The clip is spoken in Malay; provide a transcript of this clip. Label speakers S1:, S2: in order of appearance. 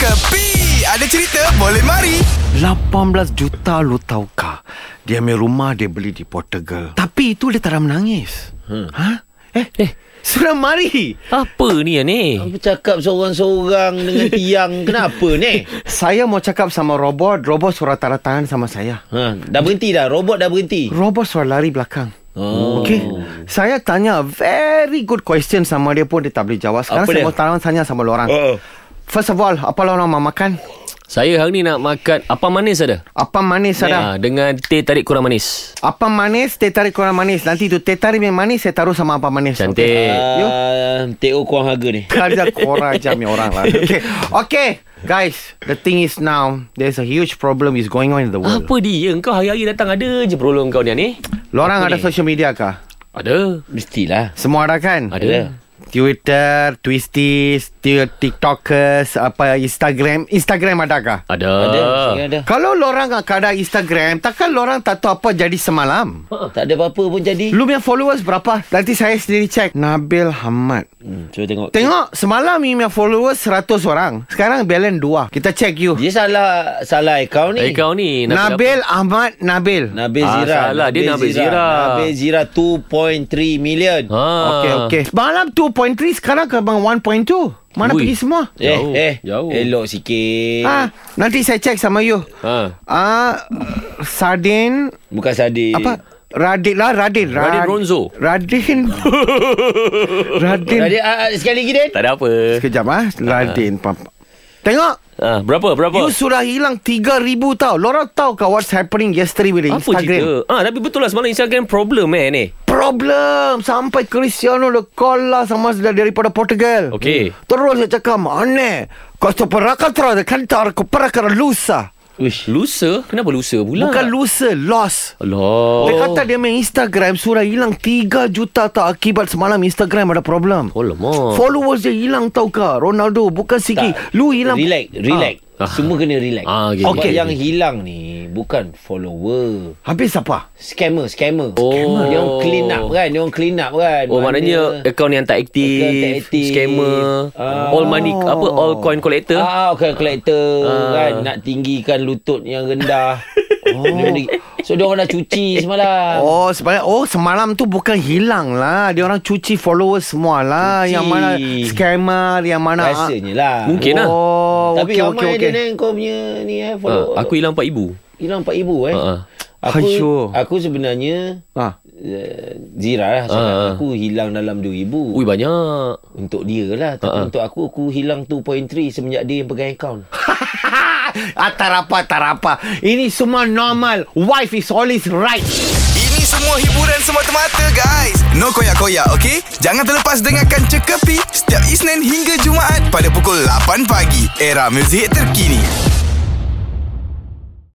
S1: Kepi Ada cerita boleh mari
S2: 18 juta lu tahu kah? Dia punya rumah dia beli di Portugal. Tapi itu dia tak ada menangis. Hmm. Ha? Eh, eh.
S3: Eh.
S2: Sudah mari.
S3: Apa ni ya ni?
S4: Apa cakap seorang-seorang dengan tiang Kenapa ni?
S2: Saya mau cakap sama robot. Robot suruh tarik tangan sama saya.
S4: Ha, dah berhenti dah Robot dah berhenti
S2: Robot suruh lari belakang.
S4: Oh.
S2: Okay Saya tanya Very good question Sama dia pun Dia tak boleh jawab Sekarang
S4: Apa
S2: saya
S4: dia?
S2: mau tanya, tanya sama lu orang
S4: Oh.
S2: First of all Apa lu orang mau makan
S3: Saya hari ni nak makan apa manis ada?
S2: Apa manis ada
S3: Ha, dengan teh tarik kurang manis.
S2: Apa manis Teh tarik kurang manis Nanti tu teh tarik yang manis Saya taruh sama apa manis
S3: Cantik.
S2: Yo.
S4: Uh, TO Ah, kurang harga ni
S2: Kerja Kan korang macam ni orang lah Okay Okay Guys The thing is now There's a huge problem Is going on in the world
S3: Apa dia? Kau hari-hari datang ada je problem kau ni ni.
S2: Lorang
S3: apa
S2: ada
S3: ni?
S2: social media kah?
S3: Ada.
S4: Mestilah
S2: Semua ada kan?
S3: Ada.
S2: Twitter, Twisties, Ti- TikTokers, apa Instagram. Instagram ada kah?
S3: Ada.
S4: Ada mesti ada
S3: Ya.
S2: Kalau lorang tak ada Instagram, takkan lorang tak tahu apa jadi semalam.
S3: Ha.
S4: Tak ada apa-apa pun jadi
S2: Lu punya followers berapa? Nanti saya sendiri cek. Nabil Hamad.
S4: hmm, Cuba tengok
S2: Tengok semalam ni punya followers 100 orang. Sekarang balance 2. Kita check you.
S4: Dia salah Salah akaun ni
S3: Eh kau ni
S2: Nabil Ahmad Nabil.
S4: Nabil
S3: Ah,
S4: Zira
S3: salah. Dia Nabil Zira.
S4: Nabil Zira 2.3 million
S3: Ha.
S2: Okey okey. Semalam 2.3 sekarang ke bang 1.2. Mana
S3: Ui. Eh.
S2: pergi semua?
S4: Eh
S3: Jauh,
S4: eh
S3: jauh.
S4: Elok sikit
S2: Ah, nanti saya check sama you.
S3: Ha.
S2: Ah, Sardin
S4: Bukan sadis
S2: apa? Radin lah Radin.
S3: Eh. Radin
S2: Rad-
S3: Ronzo.
S2: Radin. Radin.
S4: Tadi ah, ah, sekali lagi Dan
S3: Tak ada apa.
S2: Sekejap ah, Radin. Pam- Tengok
S3: Ha, berapa berapa?
S2: You sudah hilang 3000 tau Lorang tahu kau What's happening yesterday With
S3: apa
S2: Instagram
S3: cerita? Ah, tapi betul lah semalam Instagram problem eh ni.
S2: Problem Sampai Cristiano Dia call lah Sama sudah daripada Portugal
S3: Okey.
S2: Terus dia cakap Mana Kau seperakan terus Kantar Kau perakan lusa
S4: Uish.
S3: Lusa? Kenapa lusa
S4: Lah.
S3: pula?
S2: Bukan lusa Loss
S3: Alah.
S4: Oh.
S2: Dia kata dia main Instagram Surah hilang 3 juta tau Akibat semalam Instagram ada problem
S4: Oh.
S3: Alamak. Oh,
S2: Followers dia hilang tau kah Ronaldo Bukan sikit Lu hilang
S4: Relax Relax
S3: Ah.
S4: Semua kena relax
S3: Ah, okey.
S4: Sebab
S3: Okey.
S4: yang hilang ni Bukan follower
S2: Ah, Habis apa
S4: Scammer Scammer
S3: Oh.
S4: Dia orang clean up kan Dia orang clean up kan
S3: Oh maknanya akaun yang tak aktif,
S4: Akaun tak aktif.
S3: scammer,
S4: Ah.
S3: all money apa all coin collector.
S4: Ah, okay, collector
S3: Ah.
S4: kan nak tinggikan lutut yang rendah. oh. So dia orang dah cuci semalam.
S2: Oh sebenarnya Oh semalam tu bukan hilang lah Dia orang cuci followers semua lah
S4: Cuci.
S2: Yang mana scammer Yang mana
S4: Rasanya lah.
S3: Mungkin lah.
S2: Oh Tapi
S4: Tapi
S2: okay, okay,
S4: ramai
S2: okay.
S4: dia ni kau punya ni eh follow.
S3: Ha, aku hilang 4000.
S4: hilang 4000 eh.
S3: Ha, ha.
S4: Aku
S2: Asyuh.
S4: aku sebenarnya
S2: ah.
S4: uh, Zira lah sekarang.
S3: Ah, ah.
S4: Aku hilang dalam 2000
S3: Ui banyak.
S4: Untuk dia lah Tapi
S3: Ah, ah.
S4: untuk aku Aku hilang 2.3 Semenjak dia yang pegang akaun
S2: ah Tak apa tak apa Ini semua normal Wife is always right
S1: Ini semua hiburan semata-mata guys No koyak-koyak ok Jangan terlepas dengarkan Cekapi Setiap Isnin hingga Jumaat Pada pukul 8 pagi Era muzik terkini